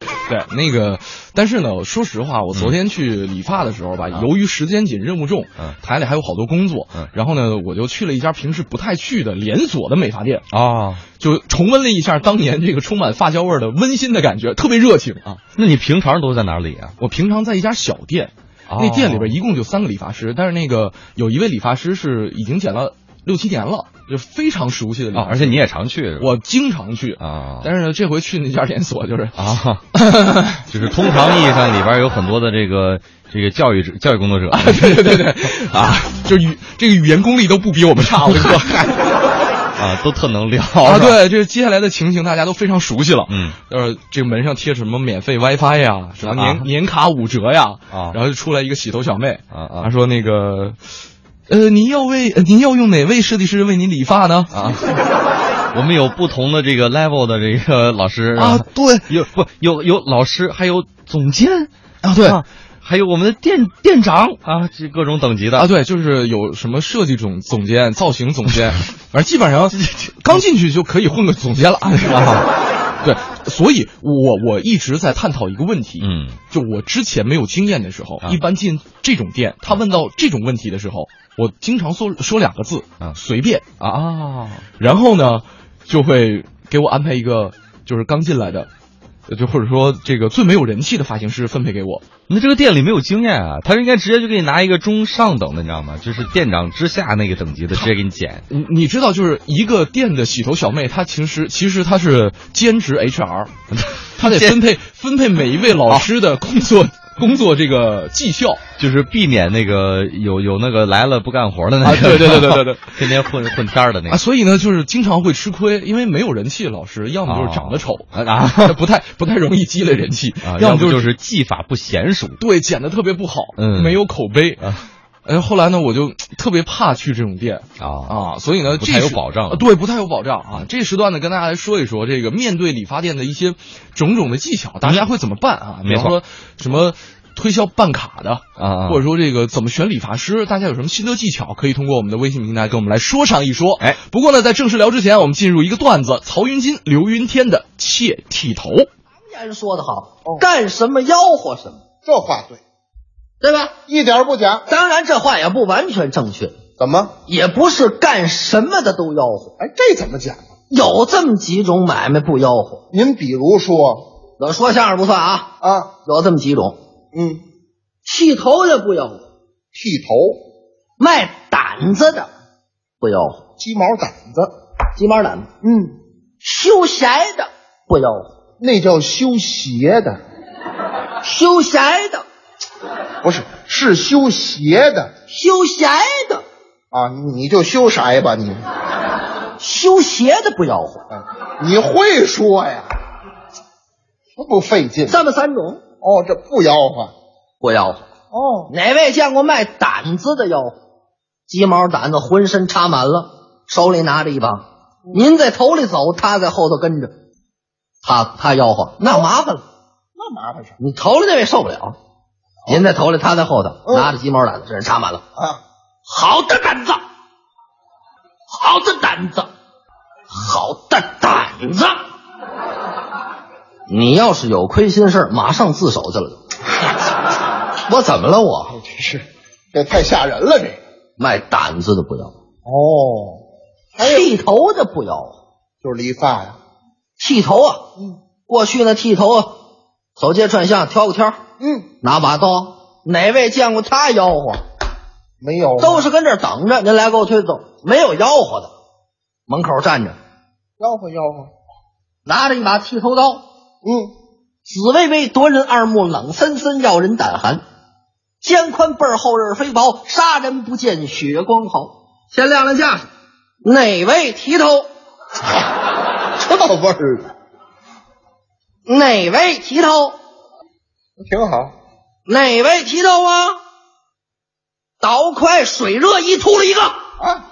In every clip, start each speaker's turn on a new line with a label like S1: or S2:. S1: 对，那个，但是呢，说实话，我昨天去理发的时候吧，由于时间紧、任务重，
S2: 啊嗯
S1: 台里还有好多工作，
S2: 嗯
S1: 然后呢，我就去了一家平时不太去的连锁的美发店，
S2: 哦，
S1: 就重温了一下当年这个充满发胶味儿的温馨的感觉，特别热情啊！
S2: 那你平常都在哪里啊？
S1: 我平常在一家小店，
S2: 哦
S1: 那店里边一共就三个理发师，但是那个有一位理发师是已经剪了六七年了，就非常熟悉的理
S2: 啊，
S1: 发
S2: 而
S1: 师，
S2: 且你也常去，是吧
S1: 我经常去。
S2: 啊，
S1: 但是呢，这回去那家连锁就是
S2: 啊，就是通常意义上里边有很多的这个这个教育者、教育 工作者，
S1: 对对对对，啊，就是语这个语言功力都不比我们差，我跟你说。
S2: 啊，都特能聊
S1: 啊，
S2: 是吧
S1: 对， 这接下来的情形大家都非常熟悉了。
S2: 嗯，
S1: 呃，这个门上贴着什么免费 WiFi 呀，什么年、
S2: 啊
S1: 年卡五折呀，
S2: 啊
S1: 然后就出来一个洗头小妹，
S2: 啊啊
S1: 她说那个，呃，您要为呃您要用哪位设计师为您理发呢？
S2: 啊，我们有不同的这个 level 的这个老师
S1: 啊，
S2: 是吧
S1: 对
S2: 有不有有老师，还有总监
S1: 啊，对。
S2: 啊还有我们的店店长啊，这各种等级的
S1: 啊，对，就是有什么设计总总监、造型总 监，反正基本上刚进去就可以混个总监了，是吧？对，所以我我一直在探讨一个问题，
S2: 嗯，
S1: 就我之前没有经验的时候，
S2: 啊
S1: 一般进这种店，他问到这种问题的时候，我经常说说两个字，
S2: 啊
S1: 随便，
S2: 啊，
S1: 然后呢，就会给我安排一个就是刚进来的，呃就或者说这个最没有人气的发型师分配给我，
S2: 那这个店里没有经验啊，他应该直接就给你拿一个中上等的，你知道吗？就是店长之下那个等级的，直接给你剪。
S1: 你你知道，就是一个店的洗头小妹，她其实其实她是兼职 HR，她得分配分配每一位老师的工作、工作这个绩效。
S2: 就是避免那个有有那个来了不干活的那个，
S1: 啊对对对对对对，
S2: 天天混混天儿的 那
S1: 啊，
S2: 个
S1: 所以呢，就是经常会吃亏，因为没有人气的老师，要么就是长得丑，
S2: 啊
S1: 不太不太容易积累人气，
S2: 啊，
S1: 要
S2: 么
S1: 就
S2: 就是是技法不娴熟
S1: 对剪得特别不好，
S2: 嗯
S1: 没有口碑。
S2: 啊
S1: 哎，后来呢，我就特别怕去这种店，
S2: 啊
S1: 啊，所以呢，
S2: 不
S1: 这
S2: 太有
S1: 时
S2: 保障
S1: 呃对，不太有保障啊。这时段呢，跟大家来说一说这个面对理发店的一些种种的技巧，大家会怎么办啊？比
S2: 没
S1: 方
S2: 错
S1: 说什么推销办卡的。
S2: 啊，
S1: 或者说这个怎么选理发师，大家有什么心得技巧，可以通过我们的微信平台跟我们来说上一说。
S2: 哎，
S1: 不过呢，在正式聊之前，我们进入一个段子：曹云金、刘云天的《切剃头》。
S3: 古人说得好，干什么吆喝什么，
S4: 这话对，
S3: 对吧？
S4: 一点儿不假。
S3: 当然，这话也不完全正确，
S4: 怎么？
S3: 也不是干什么的都吆喝，
S4: 哎，这怎么讲啊？
S3: 有这么几种买卖不吆喝。
S4: 您比如说
S3: 我说相声不算啊，
S4: 啊，
S3: 有这么几种：
S4: 嗯，
S3: 剃头的不吆喝，
S4: 剃头、
S3: 卖胆子的不吆喝，
S4: 鸡毛掸子，
S3: 鸡毛掸子；
S4: 嗯，
S3: 修鞋的不吆喝，
S4: 那叫修鞋的，
S3: 修鞋的，
S4: 不是，是修鞋的
S3: 修鞋的，
S4: 啊！你就修啥吧你？
S3: 修鞋的不吆喝，
S4: 啊你会说呀？这不费劲
S3: 这么三种
S4: 哦，这不吆喝
S3: 不吆喝。
S4: 哦，
S3: 哪位见过卖胆子的吆喝？鸡毛掸子浑身插满了，手里拿着一把。您在头里走，他在后头跟着。他他吆喝，那麻烦了。
S4: 那麻烦啥
S3: 你头里那位受不了，您在头里，他在后头，
S4: 嗯
S3: 拿着鸡毛掸子，这人插满了。
S4: 啊？
S3: 好的胆子，好的胆子，好的胆 子。你要是有亏心事儿马上自首去 了。我怎么了？我
S4: 这是，这太吓人了，这
S3: 卖胆子的不要。
S4: 哦，
S3: 剃头的不要，
S4: 就是理发呀，
S3: 剃头啊，
S4: 嗯
S3: 过去那剃头啊，走街串巷挑个挑，
S4: 嗯，
S3: 拿把刀，哪位见过他吆喝？
S4: 没有，
S3: 都是跟这儿等着，您来给我推走，没有吆喝的，门口站着，
S4: 吆喝吆喝，
S3: 拿着一把剃头刀，
S4: 嗯，
S3: 紫薇薇夺人二目，冷森森要人胆寒，肩宽背儿厚刃儿飞薄，杀人不见血光豪。先亮亮架势，哪位提头？
S4: 这味儿啊了。
S3: 哪位提头？
S4: 挺好。
S3: 哪位提到啊？倒快水热一秃了一个，
S4: 啊，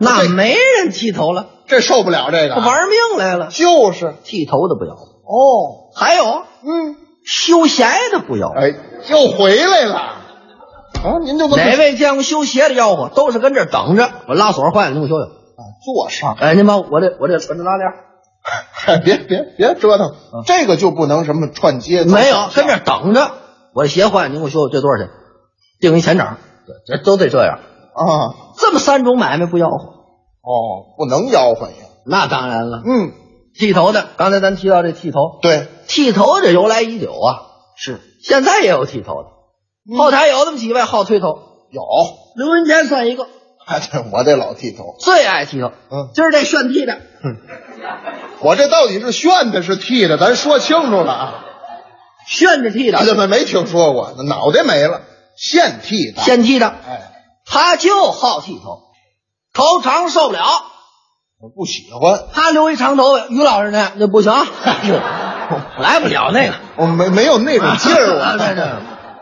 S3: 那没人剃头了，
S4: 这受不了这个啊，
S3: 玩命来了。
S4: 就是
S3: 剃头的不要，
S4: 哦，
S3: 还有
S4: 嗯，
S3: 修鞋的不要。
S4: 哎，又回来了啊！您就这么
S3: 哪位见过修鞋的吆喝？都是跟这儿等着，我拉锁坏了，你给我修修。
S4: 啊坐上？
S3: 哎，您把我这我这传着拉链，
S4: 别别别折腾，这个就不能什么串街，
S3: 嗯没有，跟这儿等着。我这鞋坏，了，您给我修，这多少钱？定一前掌，这都得这样。
S4: 啊，
S3: 这么三种买卖不要活，
S4: 哦，不能吆喝呀。
S3: 那当然了。
S4: 嗯，
S3: 剃头的，刚才咱提到这剃头，
S4: 对，
S3: 剃头这由来已久啊，
S4: 是嗯
S3: 现在也有剃头的，后台有那么几位好推头，
S4: 有，
S3: 刘云天算一个，
S4: 哎，对我这老剃头，
S3: 最爱剃头。
S4: 嗯，
S3: 今儿这炫剃的，
S4: 我这到底是炫的，是剃的，咱说清楚了啊。
S3: 炫着剃的
S4: 你，怎么没听说过？脑袋没了，现剃的。
S3: 先剃的，
S4: 哎，
S3: 他就好剃头，头长受不了，
S4: 我不喜欢，
S3: 他留一长头发，于老师那样那不行，啊哎来不了那个，
S4: 我没没有那种 劲儿，
S3: 啊对
S4: 我。
S3: 对，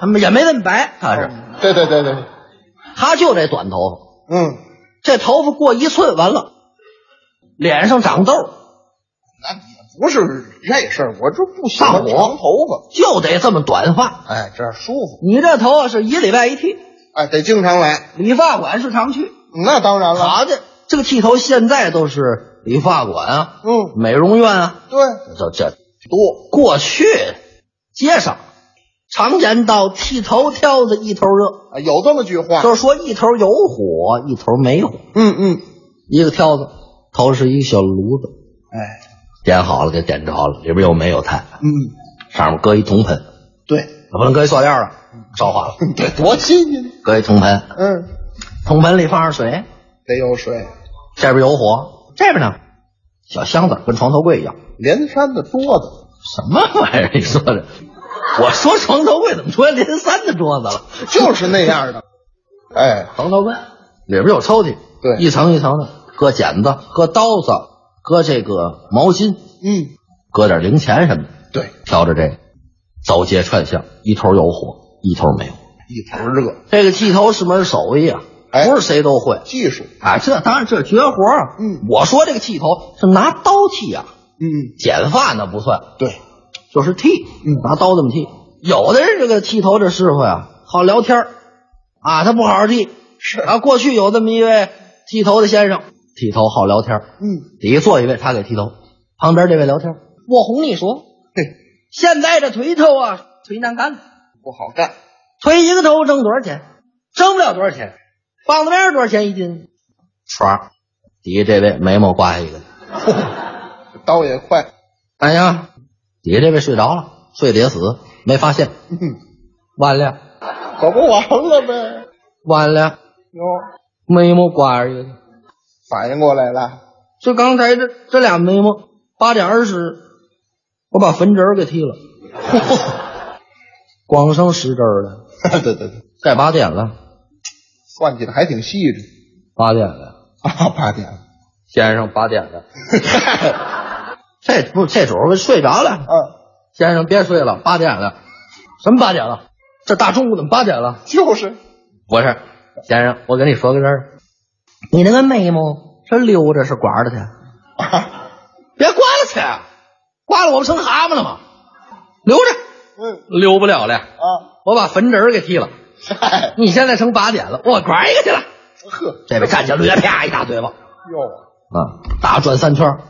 S3: 他们也没那么白，
S4: 哦
S3: 他是，
S4: 对对对对，
S3: 他就这短头发，
S4: 嗯，
S3: 这头发过一寸完了，脸上长痘，
S4: 那也不是这事儿，我这不喜
S3: 上
S4: 欢
S3: 火
S4: 长头
S3: 就得这么短发。
S4: 发。哎，这样舒服。
S3: 你这头发是一礼拜一剃，
S4: 哎，得经常来。
S3: 理发馆是常去。
S4: 那当然了。
S3: 好的，这个剃头现在都是理发馆啊、
S4: 嗯，
S3: 美容院啊，
S4: 对，
S3: 这这
S4: 多
S3: 过去街上常言道，剃头挑子一头热，
S4: 啊有这么句话。
S3: 就是说一头有火，一头没火。
S4: 嗯嗯，
S3: 一个挑子头是一小炉子，
S4: 哎，
S3: 点好了就点着了，里边又没有炭，
S4: 嗯，
S3: 上面搁一铜盆，
S4: 对，
S3: 不能搁一塑料的，烧 化了。
S4: 这多新鲜。
S3: 搁一铜盆，
S4: 嗯，
S3: 铜盆里放上水，
S4: 得有水，
S3: 这边有火，这边呢小箱子跟床头柜一样。
S4: 连山的桌子，
S3: 什么玩意儿？你说的？我说床头柜怎么出现连三的桌子了？
S4: 就是那样 的。哎，
S3: 床头柜里边有抽屉，
S4: 对
S3: 一层一层的，搁剪子，搁刀子，搁这个毛巾，
S4: 嗯，
S3: 搁点零钱什么的，
S4: 对，
S3: 挑着这个走街串巷，一头有火，一头没火。
S4: 一头热，
S3: 这个剃头是门手艺啊，
S4: 哎
S3: 不是谁都会
S4: 技术。
S3: 啊。这当然这绝活啊。
S4: 嗯，
S3: 我说这个剃头是拿刀剃啊，
S4: 嗯，
S3: 剪发那不算，
S4: 对，
S3: 就是剃，
S4: 嗯
S3: 拿刀这么剃。有的人这个剃头这师傅呀，好聊天儿啊，他不好好剃。
S4: 是
S3: 啊，过去有这么一位剃头的先生，剃头好聊天儿
S4: 嗯，
S3: 底下坐一位，他给剃头，旁边这位聊天儿我哄你说，
S4: 嘿，
S3: 现在这推头啊，忒难干了，
S4: 不好干。
S3: 推一个头挣多少钱？挣不了多少钱，棒子面儿多少钱一斤？唰，底下这位眉毛刮下一个，
S4: 刀也快，
S3: 哎呀，底下这位睡着了，睡得也死，没发现，
S4: 嗯，
S3: 完了。
S4: 可不完了呗。
S3: 完了，
S4: 哟，
S3: 眉毛刮一个。
S4: 反应过来了，
S3: 就刚才这这俩眉毛，八点二十，我把坟侄儿给剃了，光剩十根儿了，
S4: 对对对，
S3: 该八点了，
S4: 算计的还挺细致
S3: 八点了，
S4: 啊，八点了，
S3: 先生八点了， 这不这主儿睡着了，
S4: 啊，
S3: 先生别睡了，八点了，什么八点了？这大中午怎么八点了？
S4: 就是，
S3: 不是，先生，我跟你说个事儿，你那个眉毛是溜着是刮着的？
S4: 啊，
S3: 别刮了去，啊刮了我不成蛤蟆了吗？留着，
S4: 嗯
S3: 留不了了。
S4: 啊，
S3: 我把坟侄儿给剃了，
S4: 嗨，
S3: 你现在成八点了，我刮一个去了。
S4: 呵，
S3: 这边站起来，略啪一大嘴巴，
S4: 哟
S3: 啊，打转三圈儿，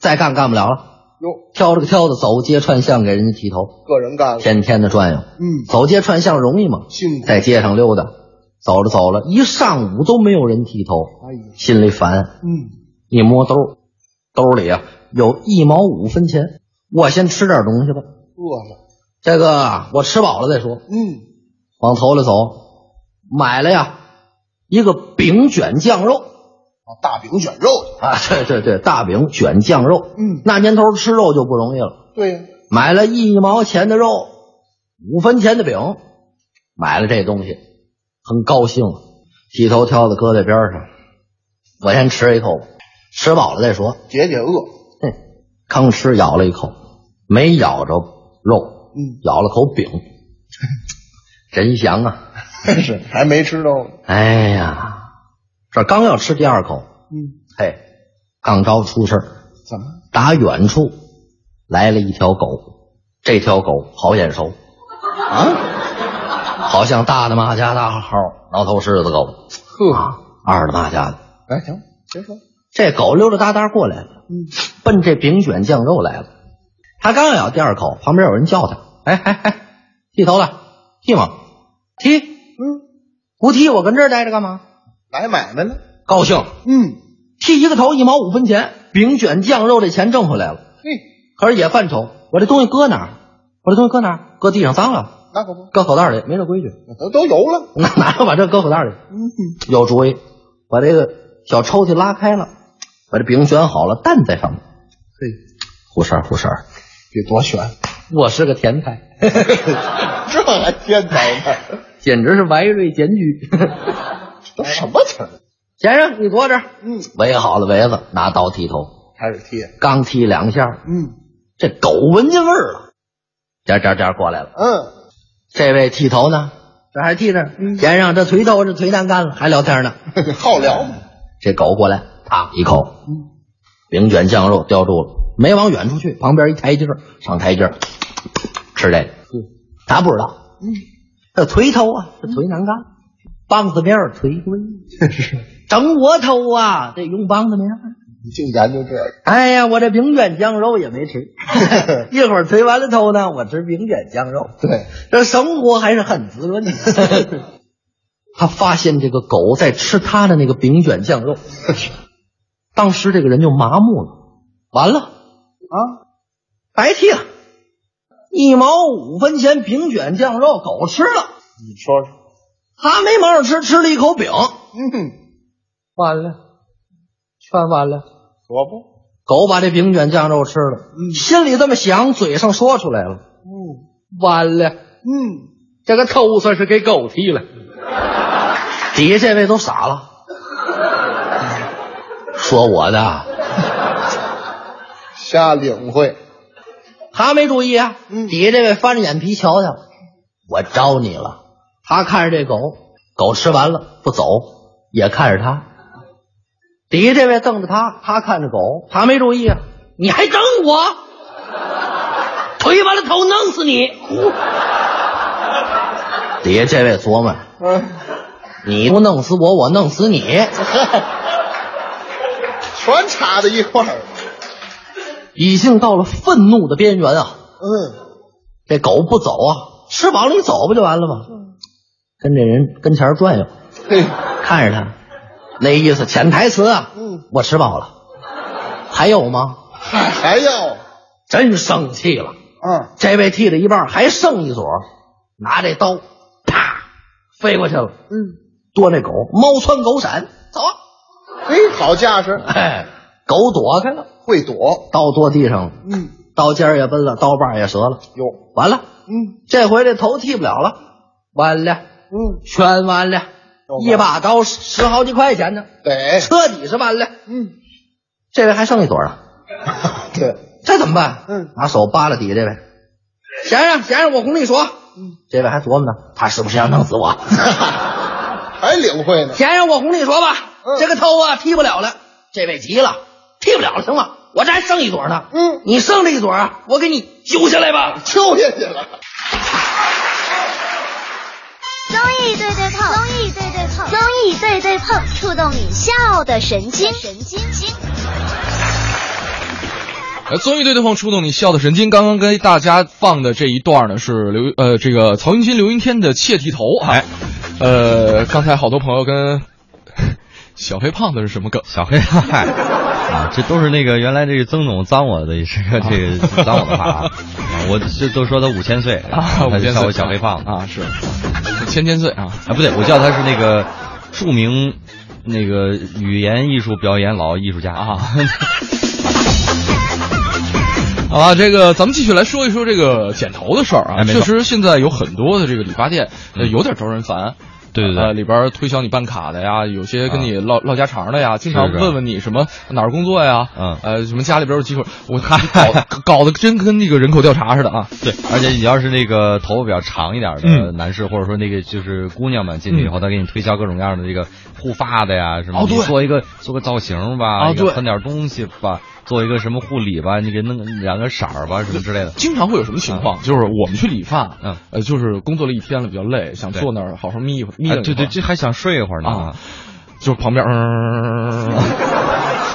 S3: 再干干不了了，
S4: 哟，
S3: 挑着个挑子走街串巷给人家剃头，
S4: 个人干了，
S3: 天天的转悠。
S4: 嗯，
S3: 走街串巷容易吗？
S4: 辛苦，
S3: 在街上溜达，走着走了，一上午都没有人剃头，
S4: 哎呀，
S3: 心里烦。
S4: 嗯，
S3: 一摸兜，兜里啊有一毛五分钱，我先吃点东西吧。
S4: 饿了，
S3: 这个我吃饱了再说。
S4: 嗯，
S3: 往头里走，买了呀一个饼卷酱肉
S4: 啊，大饼卷肉，
S3: 啊，对对对，大饼卷酱肉。
S4: 嗯，
S3: 那年头吃肉就不容易了，
S4: 对呀，
S3: 买了一毛钱的肉，五分钱的饼，买了这东西，很高兴，剃头挑子搁在边上，我先吃一口吧，吃饱了再说。
S4: 解解饿，
S3: 哼，吭哧咬了一口，没咬着肉，
S4: 嗯，
S3: 咬了口 饼，真香啊！
S4: 是还没吃到呢，
S3: 哎呀，这刚要吃第二口，
S4: 嗯，
S3: 嘿，刚招出事儿，
S4: 怎么？
S3: 打远处来了一条狗，这条狗好眼熟，
S4: 啊，
S3: 好像大的马家大号挠头狮子狗，
S4: 呵，
S3: 啊，二的马家的。
S4: 哎，行，别说，
S3: 这狗溜溜达达过来了，
S4: 嗯，
S3: 奔这饼卷酱肉来了。他刚咬第二口，旁边有人叫他：“哎哎哎，剃头了，剃吗？剃，
S4: 嗯，
S3: 不剃我跟这儿待着干嘛？
S4: 来买卖了。
S3: 高兴，
S4: 嗯，
S3: 剃一个头一毛五分钱，饼卷酱肉这钱挣回来了。
S4: 嘿，
S3: 可是也犯愁，我这东西搁哪儿？我这东西搁哪儿？搁地上脏了，
S4: 那可不，
S3: 搁口袋里，没这规矩。
S4: 都都油了。
S3: 哪哪能把这搁口袋里？
S4: 嗯，
S3: 有主意，把这个小抽屉拉开了，把这饼卷好了，蛋在上面。
S4: 嘿，
S3: 胡婶儿，胡婶儿，
S4: 得多悬，
S3: 我是个甜菜，
S4: 这还天才呢？
S3: 简直是歪瑞检举。
S4: 都什么词儿？
S3: 先生，你坐这儿。
S4: 嗯，
S3: 围好了围子，拿刀剃头，
S4: 开始贴。
S3: 刚剃两下，
S4: 嗯
S3: 这狗闻见味儿了，颠颠颠过来了。
S4: 嗯，
S3: 这位剃头呢？这还剃着，
S4: 嗯
S3: 先生，这锤头是锤蛋干了，还聊天呢。
S4: 好聊嘛。
S3: 这狗过来，啪一口
S4: 嗯，
S3: 饼卷酱肉叼住了，没往远处去，旁边一台阶儿上台阶儿吃这个，他不知道，
S4: 嗯，
S3: 这锤头啊，这锤难干，棒子面儿锤棍，整我头啊，得用棒子面儿。
S4: 你净研究这个，
S3: 哎呀，我这饼卷酱肉也没吃， 一会儿锤完了头呢，我吃饼卷酱肉。
S4: 对，
S3: 这生活还是很滋润的。 他发现这个狗在吃他的那个饼卷酱肉，当时这个人就麻木了，完了啊，白剃了，一毛五分钱饼卷酱肉，狗吃了，
S4: 你说说。
S3: 他没忙着吃，吃了一口饼，
S4: 嗯，
S3: 完了，全完了。
S4: 可不。
S3: 狗把这饼卷酱肉吃了，心里这么想，嘴上说出来了，
S4: 嗯
S3: 完了。
S4: 嗯，
S3: 这个头算是给狗剃 了。底下这位都傻了，说我的，
S4: 瞎领会。
S3: 他没注意啊。
S4: 嗯
S3: 底下这位翻着眼皮瞧瞧，我招你了。他看着这狗，狗吃完了不走，也看着他。底下这位瞪着他，他看着狗，他没注意啊。你还整我？推完了头弄死你！底下这位琢磨。
S4: 嗯，
S3: 你不弄死我，我弄死你。
S4: 全插在一块儿了。
S3: 已经到了愤怒的边缘啊！
S4: 嗯，
S3: 这狗不走啊，吃饱了你走不就完了吗？跟这人跟前转悠，
S4: 嘿，
S3: 看着他，那意思潜台词啊。
S4: 嗯，
S3: 我吃饱了，还有吗？
S4: 还还要。
S3: 真生气了，
S4: 嗯，
S3: 这位剃了一半，还剩一撮，拿这刀，啪，飞过去了，
S4: 嗯，
S3: 剁那狗，猫窜狗闪，走啊！
S4: 嘿，好架势，
S3: 哎，狗躲开了，
S4: 会躲。
S3: 刀剁地上了，
S4: 嗯，
S3: 刀尖儿也崩了，刀把儿也折了，
S4: 有。
S3: 完了。
S4: 嗯
S3: 这回这头剃不了了，完了，
S4: 嗯，
S3: 全完了，
S4: 又完了
S3: 一把刀十十好几块钱呢，
S4: 得。
S3: 彻底是完了。
S4: 嗯，
S3: 这位还剩一朵啊，
S4: 对。
S3: 这怎么办？
S4: 嗯，
S3: 拿手扒拉底下这位，先生，先生，我哄你说，
S4: 嗯，
S3: 这位还琢磨呢，他是不是要弄死 我？
S4: 还领会呢。
S3: 先生，我哄你说吧，
S4: 嗯
S3: 这个头啊剃不了了。这位急了，剃不了了，行吗？我这还剩一朵呢，
S4: 嗯，
S3: 你剩这一朵啊，我给你揪下来吧。
S4: 揪下去了。
S5: 综艺对对碰，综艺对对碰，综艺对对碰，触动你笑的神经，神经经。
S1: 呃，综艺对对碰触动你笑的神经。刚刚跟大家放的这一段呢，是刘呃这个曹云金、刘云天的《窃剃头》啊。
S2: 哎
S1: 呃，刚才好多朋友跟小黑胖子是什么梗？
S2: 小黑嗨 啊，这都是那个原来这个曾总脏我的这个 这个脏我的话啊，啊我这都说他五千岁，然后他
S1: 啊五
S2: 就
S1: 千
S2: 叫
S1: 岁
S2: 啊我小黑胖子啊
S1: 啊，是千千岁啊。
S2: 啊，不对，我叫他是那个著名那个语言艺术表演老艺术家
S1: 啊。 好吧，这个咱们继续来说一说这个剪头的事儿啊。
S2: 哎没
S1: 确
S2: 错
S1: 实，现在有很多的这个理发店，呃，
S2: 嗯
S1: 有点招人烦。
S2: 对对对
S1: 呃，里边推销你办卡的呀，有些跟
S2: 啊
S1: 你唠唠家常的呀，经常
S2: 是是
S1: 问问你什么哪儿工作呀，
S2: 嗯
S1: 呃，什么家里边有几口，我看搞 搞得真跟那个人口调查似的啊。
S2: 对，而且你要是那个头发比较长一点的
S1: 嗯
S2: 男士，或者说那个就是姑娘们进去以后，他给你推销各种各样的这个护发的呀，什么，
S1: 哦
S2: 你
S1: 对
S2: 做一个做个造型吧，
S1: 啊
S2: 一个
S1: 对
S2: 喷点东西吧，做一个什么护理吧，你给弄染个色儿吧，什么之类的。
S1: 经常会有什么情况？就是我们去理发，
S2: 嗯
S1: 呃，就是工作了一天了，比较累，想
S2: 对
S1: 坐那儿好好眯一会儿，眯
S2: 哎
S1: 瞪一会
S2: 对对，
S1: 儿啊
S2: 这啊还想睡一会儿呢。
S1: 啊，就是旁边嗯，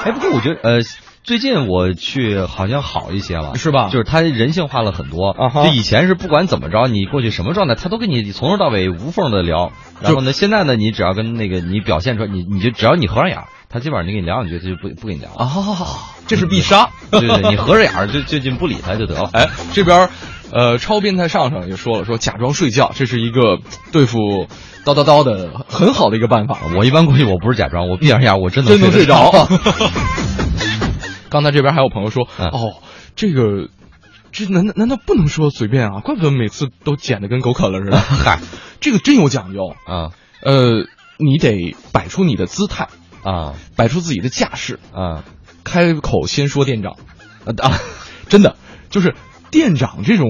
S2: 哎，不过我觉得呃，最近我去好像好一些了，
S1: 是吧
S2: 就是他人性化了很多。
S1: 啊哈
S2: 就以前是不管怎么着，你过去什么状态，他都跟你从头到尾无缝的聊。然后呢，现在呢，你只要跟那个你表现出来，你你就只要你合上眼儿，他基本上就跟你聊两句，他就不不跟你 聊了。
S1: 啊，这是必杀。
S2: 对对，你合着眼儿就就就不理他就得了。
S1: 哎，这边儿，呃，超变态上上也说了，说假装睡觉，这是一个对付叨叨叨的很好的一个办法。啊
S2: 我一般过去我不是假装，我闭上眼儿我真
S1: 真能
S2: 能
S1: 睡
S2: 睡
S1: 着
S2: 着。
S1: 刚才这边还有朋友说，
S2: 嗯
S1: 哦，这个。这难难难道不能说随便啊？怪不得每次都剪的跟狗啃了似的。嗨，这个真有讲究。
S2: 啊
S1: 呃，你得摆出你的姿态，
S2: 啊
S1: 摆出自己的架势，
S2: 啊！
S1: 开口先说店长，呃啊， 真的就是店长这种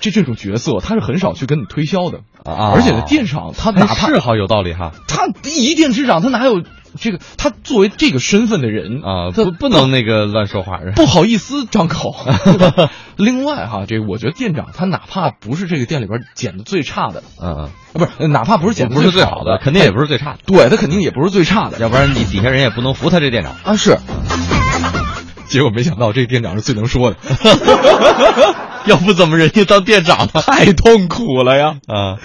S1: 这这种角色，他是很少去跟你推销的
S2: 啊哎
S1: 而且呢，店长他哪怕
S2: 是好有道理哈
S1: 他一店之长，他哪有这个？他作为这个身份的人
S2: 啊，
S1: 他
S2: 不不能那个乱说话。
S1: 不好意思张口。对吧 另外哈，这个我觉得店长他哪怕不是这个店里边捡的最差的，啊
S2: 嗯，
S1: 不是哪怕不是捡的
S2: 不是最
S1: 好
S2: 好的，肯定也不是最差的，
S1: 对他肯定也不是最差的
S2: 要不然你底下人也不能服他这店长。
S1: 啊是。 结果没想到这个店长是最能说的，
S2: 要不怎么人家当店长呢？
S1: 太痛苦了呀。
S2: 啊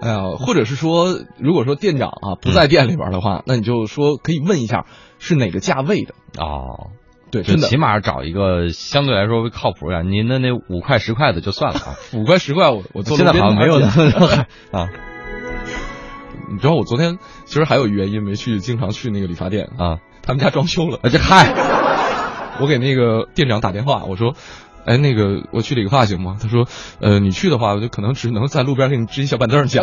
S1: 哎呀，或者是说，如果说店长啊不在店里边的话，
S2: 嗯
S1: 那你就说可以问一下是哪个价位的。
S2: 哦，
S1: 对，
S2: 就
S1: 真的
S2: 起码找一个相对来说靠谱点，您的那五块十块的就算了 啊。
S1: 五块十块我我做
S2: 现在好像没有
S1: 的
S2: 那。 么啊
S1: 你知道我昨天其实还有一原因没去，经常去那个理发店，
S2: 啊！
S1: 他们家装修了。
S2: 啊这嗨，
S1: 我给那个店长打电话，我说。哎，那 个，我去理个发行吗？他说，呃，你去的话，我就可能只能在路边给你支一小板凳儿去。